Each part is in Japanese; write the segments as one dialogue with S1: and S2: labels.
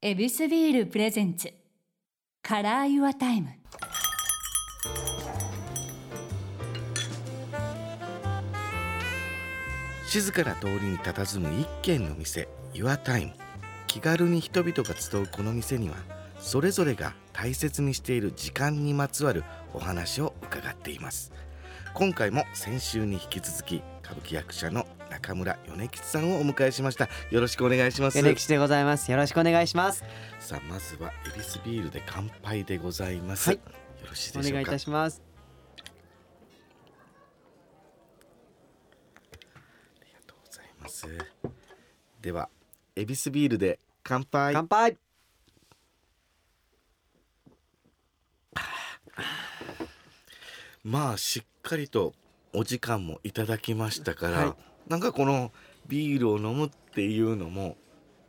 S1: エビスビールプレゼンツカラーユアタイム
S2: 静かな通りに佇む一軒の店 YourTime 気軽に人々が集うこの店にはそれぞれが大切にしている時間にまつわるお話を伺っています今回も先週に引き続き歌舞伎役者の中村米吉さんをお迎えしましたよろしくお願いします
S3: 米吉でございますよろしくお願いします
S2: さあまずはエビスビールで乾杯でございます、
S3: はい
S2: よろしい
S3: お
S2: でしょ
S3: 願
S2: う
S3: いい
S2: か
S3: たします
S2: ありがとうございますではエビスビールで乾杯
S3: 乾杯
S2: まあしっかりとお時間もいただきましたから、
S3: は
S2: なんかこのビールを飲むっていうのも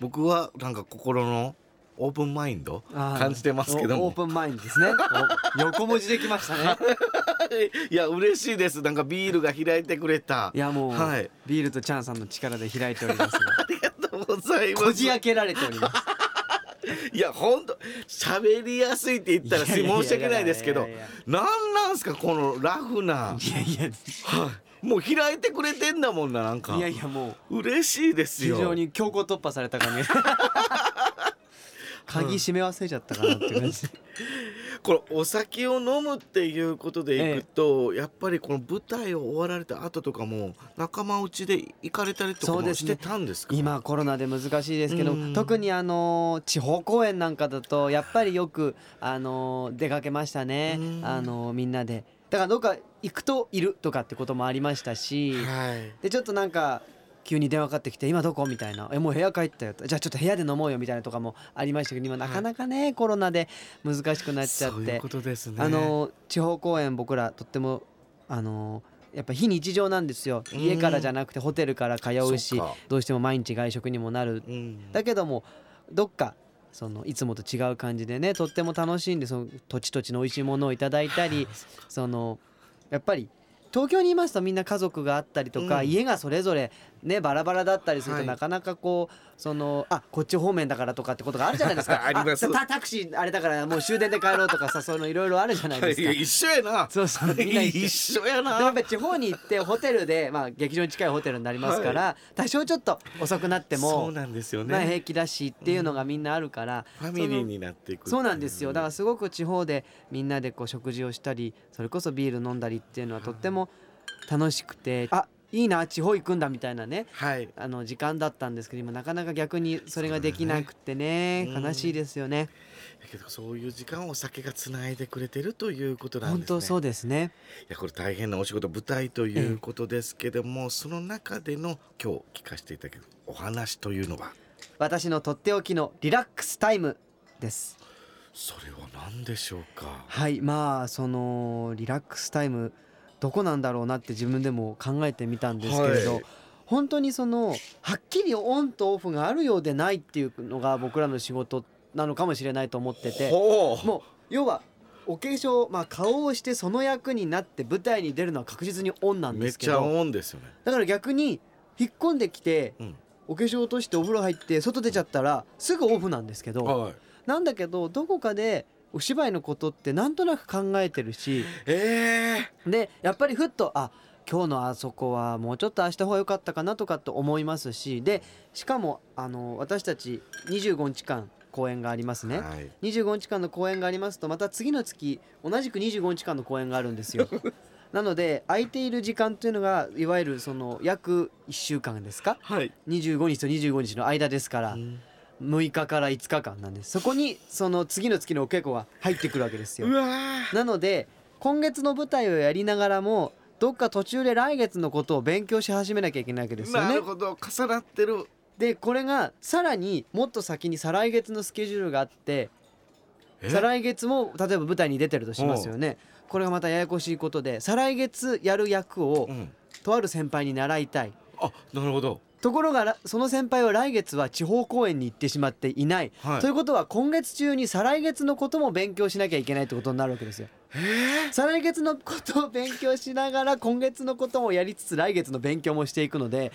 S2: 僕はなんか心のオープンマインド
S3: あー
S2: 感じてますけど
S3: おオー
S2: も
S3: プンマインドですねお横文字できましたね
S2: いや嬉しいですなんかビールが開いてくれた
S3: いやもう、
S2: はい
S3: ビールとチャンさんの力で開いており ますが
S2: ありがとうございま
S3: こ
S2: す
S3: じ開けられております
S2: いやほんと喋りやすいって言ったら
S3: いやいやいやいや
S2: 申し訳ないですけど
S3: いやいや
S2: なんなんすかこのラフ ない
S3: やいや
S2: はいもう開いてくれてんだもんななんか
S3: いやいやもう
S2: 嬉しいです
S3: 非
S2: よ
S3: 常に強行突破された 感じ鍵閉め忘れちゃったかなって感じ
S2: これお酒を飲むっていうことでいくと、やっぱりこの舞台を終わられた後とかも仲間内で行かれたりとか
S3: そ
S2: も
S3: うです
S2: し
S3: ね
S2: てたんですか
S3: 今コロナで難しいですけど
S2: うん
S3: 特にあの地方公演なんかだとやっぱりよくあの出かけましたね
S2: うん
S3: あのみんなでだからどっか行くといるとかってこともありましたし
S2: はい
S3: でちょっとなんか急に電話かかってきて「今どこ?」みたいな「えもう部屋帰ったよ」じゃあちょっと部屋で飲もうよ」みたいなとかもありましたけど今なかなかねコロナで難しくなっちゃっ
S2: そういう
S3: て
S2: ことですね
S3: あの地方公演僕らとってもあのやっぱ非日常なんですよ
S2: うん
S3: 家からじゃなくてホテルから通うし
S2: そっか
S3: どうしても毎日外食にもなる
S2: うん
S3: だけどもどっかそのいつもと違う感じでねとっても楽しんでその土地土地の美味しいものをいただいたりそのやっぱり東京にいますとみんな家族があったりとか、
S2: うん
S3: 家がそれぞれねバラバラだったりすると、
S2: はい
S3: なかなかこうそのあこっち方面だからとかってことがあるじゃないです か
S2: あります
S3: たたタクシーあれだからもう終電で帰ろうとか さそういうのいろいろあるじゃないです
S2: いや
S3: か。
S2: 一緒やな
S3: そうそうみんな一緒
S2: 一緒や
S3: でもやっ
S2: な
S3: ぱ地方に行ってホテルで、まあ、劇場に近いホテルになりますから、多少ちょっと遅くなっても
S2: そうなんですよ
S3: まあ
S2: ね
S3: 平気だしっていうのがみんなあるから、
S2: ファミリーになっていくってい
S3: そのそうなんですよだからすごく地方でみんなでこう食事をしたりそれこそビール飲んだりっていうのはとっても楽しくてあいいな地方行くんだみたいなね
S2: はい
S3: あの時間だったんですけど今なかなか逆にそれができなくてね
S2: そうだね
S3: 悲しいですよね
S2: だけどそういう時間をお酒がつないでくれてるということなんですね
S3: 本当そうですね
S2: いやこれ大変なお仕事舞台ということですけども、その中での今日聞かせていただけるお話というのは
S3: 私のとっておきのリラックスタイムです
S2: それは何でしょうか
S3: はいまあそのリラックスタイムどこなんだろうなって自分でも考えてみたんですけれど、
S2: はい
S3: 本当にそのはっきりオンとオフがあるようでないっていうのが僕らの仕事なのかもしれないと思ってて
S2: ほう
S3: もう要はお化粧、まあ、顔をしてその役になって舞台に出るのは確実にオンなん
S2: め
S3: で
S2: っ
S3: すけ
S2: ちゃ
S3: ど
S2: オンですよね、
S3: だから逆に引っ込んできて
S2: うん
S3: お化粧落としてお風呂入って外出ちゃったらすぐオフなんですけど。
S2: はい、
S3: なんだけどどこかでお芝居のことってなんとなく考えてるし
S2: ええ
S3: でやっぱりふっとあ今日のあそこはもうちょっとああした方が良かったかなとかって思いますしでしかもあの私たち25日間公演がありますね。
S2: はい、
S3: 25日間の公演がありますとまた次の月同じく25日間の公演がある んですよ。なので空いている時間というのがいわゆるその約1週間ですか
S2: はい
S3: 25日と25日の間ですから、
S2: うん
S3: 6日から5日間なんですそこにその次の月のお稽古が入ってくるわけです
S2: う
S3: よ
S2: わー
S3: なので今月の舞台をやりながらもどっか途中で来月のことを勉強し始めなきゃいけないわけですよ
S2: な
S3: ね
S2: るほど重なってる
S3: でこれがさらにもっと先に再来月のスケジュールがあって
S2: え
S3: 再来月も例えば舞台に出てるとしますよねこれがまたややこしいことで再来月やる役を
S2: うん、
S3: とある先輩に習いたい
S2: あなるほど
S3: ところがらその先輩は来月は地方公演に行ってしまっていない、
S2: はい
S3: ということは今月中に再来月のことも勉強しなきゃいけないってことになるわけですよ。再来月のことを勉強しながら今月のこともやりつつ来月の勉強もしていくので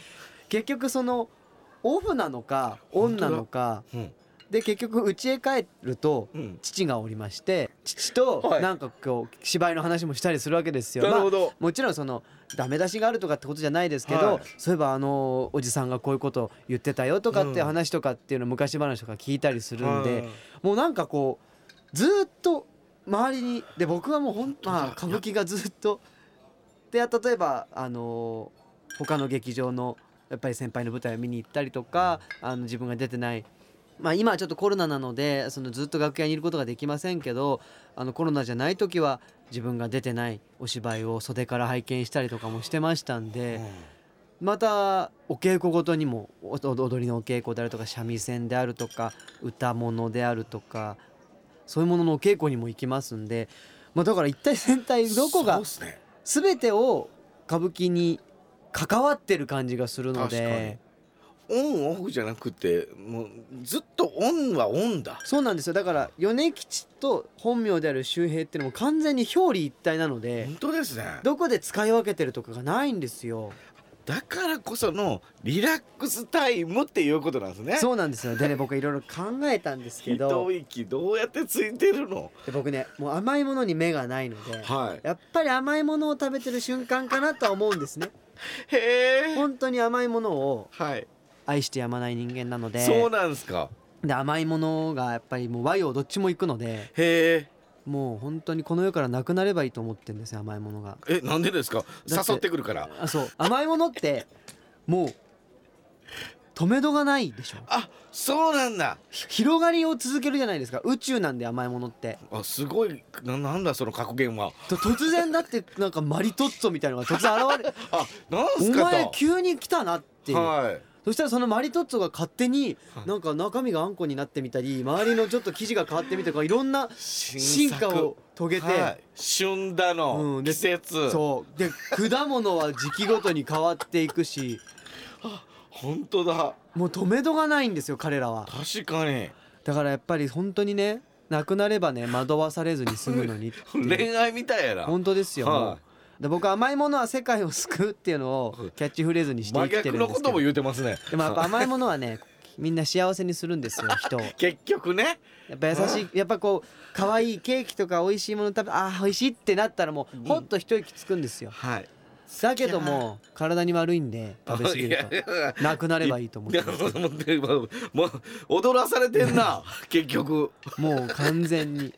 S3: 結局そのオフなのかオンなのか
S2: うん
S3: で結局家へ帰ると
S2: うん
S3: 父がおりまして父と
S2: はい
S3: なんかこう芝居の話もしたりするわけですよ。
S2: なるほど
S3: まあもちろんそのダメ出しがあるとかってことじゃないですけど、
S2: はい
S3: そういえばあのおじさんがこういうこと言ってたよとかっていう話とかっていうのを昔話とか聞いたりするんで、もうなんかこうずーっと周りにで僕はもうほん
S2: だ
S3: まあ歌舞伎がずっとで例えばあのー他の劇場のやっぱり先輩の舞台を見に行ったりとかあの自分が出てないまあ今はちょっとコロナなのでそのずっと楽屋にいることができませんけどあのコロナじゃない時は自分が出てないお芝居を袖から拝見したりとかもしてましたんで。またお稽古ごとにもお踊りのお稽古であるとか三味線であるとか歌物であるとかそういうもののお稽古にも行きますんで、まあ、だから一体全体どこ
S2: そう
S3: が
S2: っすね
S3: 全てを歌舞伎に関わってる感じがするので
S2: オンオフじゃなくてもうずっとオンはオンだ
S3: そうなんですよだから米吉と本名である周平っていうのも完全に表裏一体なので
S2: 本当ですね
S3: どこで使い分けてるとかがないんですよ。
S2: だからこそのリラックスタイムっていうことなんですね
S3: そうなんですよでね僕いろいろ考えたんですけど
S2: 一息どうやってついてるの
S3: で僕ねもう甘いものに目がないので
S2: はい
S3: やっぱり甘いものを食べてる瞬間かなとは思うんですね
S2: へえ
S3: 本当に甘いものを
S2: はい
S3: 愛してやまない人間なので
S2: そうなんですか
S3: で甘いものがやっぱりもう和洋どっちも行くので
S2: へ
S3: もう本当にこの世からなくなればいいと思ってるんですよ甘いものが
S2: ええなんでですか
S3: だって
S2: 誘ってくるから
S3: あそう甘いものってもう止めどがないでしょ
S2: あそうなんだ
S3: ひ広がりを続けるじゃないですか宇宙なんで甘いものって
S2: あすごいななんだその格言は
S3: と突然だってなんかマリトッツォみたいなのが突然 現れる
S2: あなん
S3: お
S2: すか
S3: 前
S2: と
S3: 急に来たなっていう
S2: はい
S3: そしたらそのマリトッツォが勝手に
S2: はい
S3: なんか中身があんこになってみたり周りのちょっと生地が変わってみたりとかいろんな進化を遂げて、
S2: はい旬だの、
S3: うんで
S2: 季節
S3: そうで果物は時期ごとに変わっていくし
S2: 本当だ
S3: もう止めどがないんですよ彼らは
S2: 確かに
S3: だからやっぱり本当にねなくなればね惑わされずに済むのにっていう
S2: 恋愛みたいやな
S3: 本当ですよ、
S2: はい
S3: もうで僕甘いものは世界を救うっていうのをキャッチフレーズにして
S2: 真
S3: 生きて
S2: 逆
S3: るん
S2: のこ
S3: ですけ
S2: と
S3: ど
S2: も言うてますね
S3: でもやっぱ甘いものはねみんな幸せにするんですよ人を。
S2: 結局ね
S3: やっぱ優しいやっぱこう可愛いケーキとか美味しいもの食べあー美味しいってなったらもうほっと一息つくんですよ
S2: はい
S3: だけども体に悪いんで食べ過ぎるとなくなればいいと思ってます
S2: もうもう踊らされてんな 結局
S3: もう完全に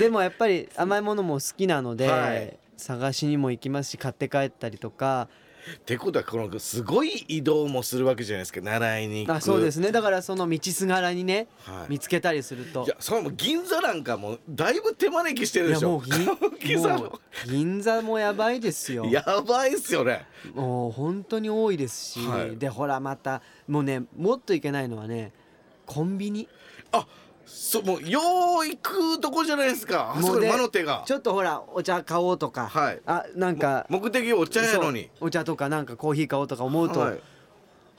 S3: でもやっぱり甘いものも好きなので、
S2: はい
S3: 探しにも行きますし買って帰ったりとか
S2: ってことはこのすごい移動もするわけじゃないですか習いに行く、
S3: あそうですすねだからその道すがらにね
S2: はい、
S3: 見つけたりすると
S2: いやそれも銀座なんかもうだいぶ手招きしてる
S3: い
S2: で
S3: や
S2: しょ
S3: もう銀
S2: 銀座
S3: もう銀座もやばいですよ
S2: やばいっすよね
S3: もう本当に多いですし、
S2: はい
S3: でほらまたもうねもっといけないのはねコンビニ
S2: あそうもうよう行くとこじゃないですかあそこ
S3: もう
S2: に
S3: ね
S2: 魔の手が
S3: ちょっとほらお茶買おうとか、
S2: はい
S3: あなんか
S2: 目的お茶やのに
S3: そうお茶とかなんかコーヒー買おうとか思うと、
S2: はい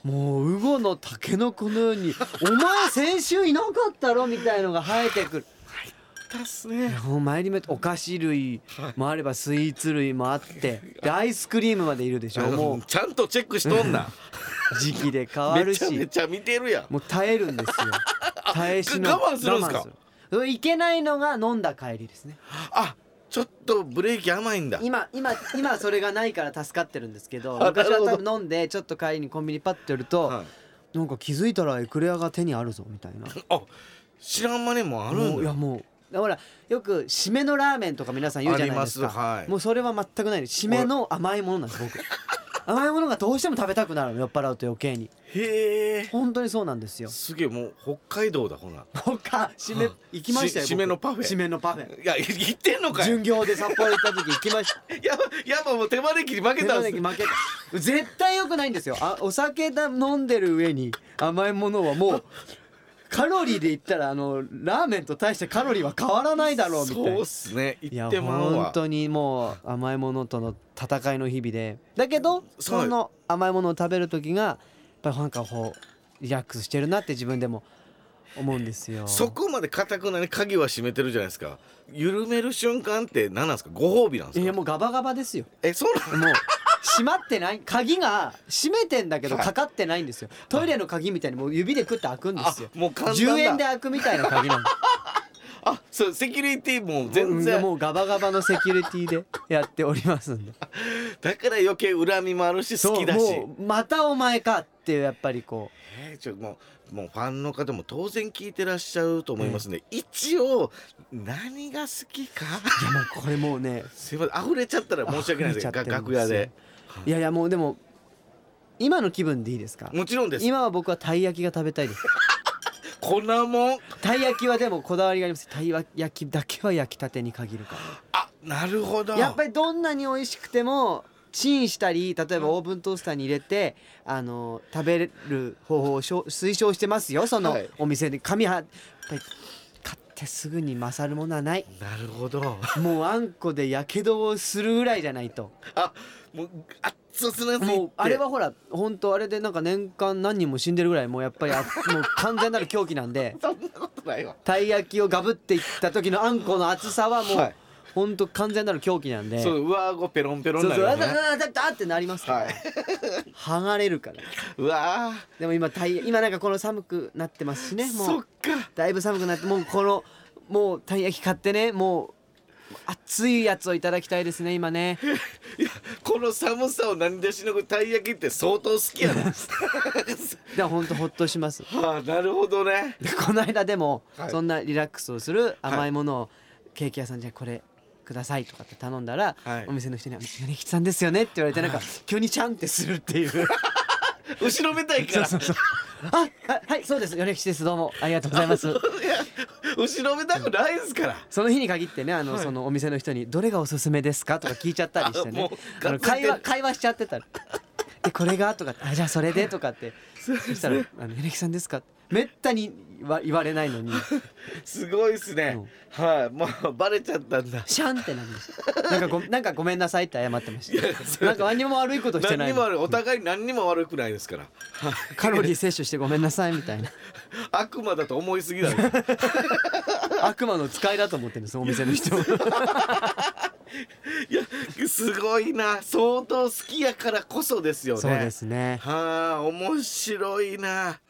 S3: もうウゴのタケノコのように「お前先週いなかったろ」みたいのが生えてくる。
S2: だっすね
S3: もう参り目お菓子類もあればスイーツ類もあってでアイスクリームまでいるでしょも
S2: ちゃんとチェックしとん な
S3: う時期で変わる
S2: め
S3: し
S2: ちゃめちゃ見てるやん
S3: もう耐えるんです よ耐えしの
S2: 我慢するんですか
S3: 我慢るいけないのが飲んだ帰りです ね
S2: あちょっとブレーキ甘いんだ
S3: 今今今それがないから助かってるんですけど
S2: あ
S3: 昔
S2: な
S3: は多
S2: るほ
S3: 分飲んでちょっと帰りにコンビニパッて寄ると、
S2: はい
S3: なんか気づいたらエクレアが手にあるぞみたいな
S2: あ知らんまねもある
S3: もうんいや
S2: だ
S3: もうだからよく締めのラーメンとか皆さん言うじゃないですか
S2: ありますはい
S3: もうそれは全くないです締めの甘いものなんです 僕甘いものがどうしても食べたくなるの酔っ払うと余計に
S2: へえ
S3: 本当にそうなんですよ
S2: すげえもう北海道だほな
S3: 他締め行きましたよ
S2: し
S3: 僕
S2: 締めのパフェ
S3: 締めのパフェ
S2: いや言ってんのかい
S3: 巡業で札幌行った時行き ました
S2: やばやばもう手招きに負けたんす
S3: 手招き負けた絶対良くないんですよあお酒だ飲んでる上に甘いものはもうカロリーで言ったらあのラーメンと大してカロリーは変わらないだろうみたいな
S2: そうっすね
S3: い
S2: 言
S3: や
S2: ってまう
S3: 本
S2: わ
S3: 当にもう甘いものとの戦いの日々でだけど
S2: そう
S3: その甘いものを食べる時がやっぱりなんかこうリラックスしてるなって自分でも思うんですよ
S2: そこまでかたくなに鍵は閉めてるじゃないですか緩める瞬間って何なんですかご褒美なんで
S3: い
S2: す
S3: や
S2: か
S3: もうガバガバですよ
S2: えそうな
S3: もう閉まってない鍵が閉めてんだけど
S2: はい
S3: かかってないんですよトイレの鍵みたいにもう指で食って開くんですよ
S2: あもう簡単だ
S3: 10円で開くみたいな鍵なんで
S2: あそうセキュリティも全然
S3: もうガバガバのセキュリティでやっておりますんで
S2: だから余計恨みもあるし好きだ
S3: そう
S2: し
S3: もうまたお前かっていうやっぱりこ
S2: えー、ちょもうもうファンの方も当然聞いてらっしゃると思いますね、一応何が好きか
S3: ういやもうこれもうね
S2: すいません溢れちゃったら申し訳ないですけど
S3: 溢れち
S2: が
S3: ゃってるん
S2: 楽
S3: ですよ
S2: 屋で
S3: いやいやもうでも今の気分でいいですか
S2: もちろんです
S3: 今は僕はたい焼きが食べたいです
S2: 粉もん
S3: たい焼きはでもこだわりがありますたい焼きだけは焼きたてに限るから
S2: あなるほど
S3: やっぱりどんなに美味しくてもチンしたり例えばオーブントースターに入れて、あの食べる方法をしょ推奨してますよその
S2: はい
S3: お店で紙はやっぱり買ってすぐに勝るものはない
S2: なるほど
S3: もうあんこでやけどをするぐらいじゃないと
S2: あもうあっつすな
S3: もうあれはほら本当あれでなんか年間何人も死んでるぐらいもうやっ ぱりあもう完全なる狂気なんで
S2: そんなことないわ
S3: たい焼きをガブっていった時のあんこの厚さはも
S2: は
S3: う
S2: い
S3: 本当完全なる狂気なんで。
S2: そう上顎ペロンペロン
S3: そ
S2: に
S3: う
S2: な
S3: そ
S2: るよ
S3: う、あ
S2: ね
S3: だだだだってなりますから、
S2: はい
S3: 剥がれるから。
S2: うわ
S3: でも今タイヤ、今なんかこの寒くなってますしね、
S2: ー
S3: も
S2: そっ
S3: う
S2: か
S3: だいぶ寒くなって、もうこのもうたい焼き買ってね、もう熱いやつをいただきたいですね今ね。
S2: いやこの寒さを何でしのぐたい焼きって相当好きやな
S3: で本当ほっとします。
S2: はあなるほどね
S3: でこの間でも、
S2: はい
S3: そんなリラックスをする甘いものをケーキ屋さんじゃこれ。くださいとかって頼んだら、
S2: はい
S3: お店の人にあ「米吉さんですよね」って言われてなんか急にチャンってするっていう
S2: 後ろめたいから
S3: ああはいそうです米吉ですどうもありがとうございます
S2: いや後ろめたくないですから
S3: その日に限ってねあの、そのお店の人に「どれがおすすめですか?」とか聞いちゃったりして
S2: あ
S3: ね
S2: もう
S3: あの
S2: ガッツリ
S3: 会話会話しちゃってたら「でこれが?」とか「あじゃあそれで?」とかってそしたら「あのエレキさんですか?」めったにわ言われないのに
S2: すごいですね、はいもうバレちゃったんだ
S3: シャンってなりましたなんかごなんかごめんなさいって謝ってましたなんか何にも悪いことして
S2: 何
S3: ない
S2: にも悪いお互い何にも悪くないですから
S3: カロリー摂取してごめんなさいみたいな
S2: 悪魔だと思いすぎだ ろ
S3: 悪魔の使いだと思ってるんですお店の人
S2: いやすごいな相当好きやからこそですよね
S3: そうですね
S2: はあ面白いな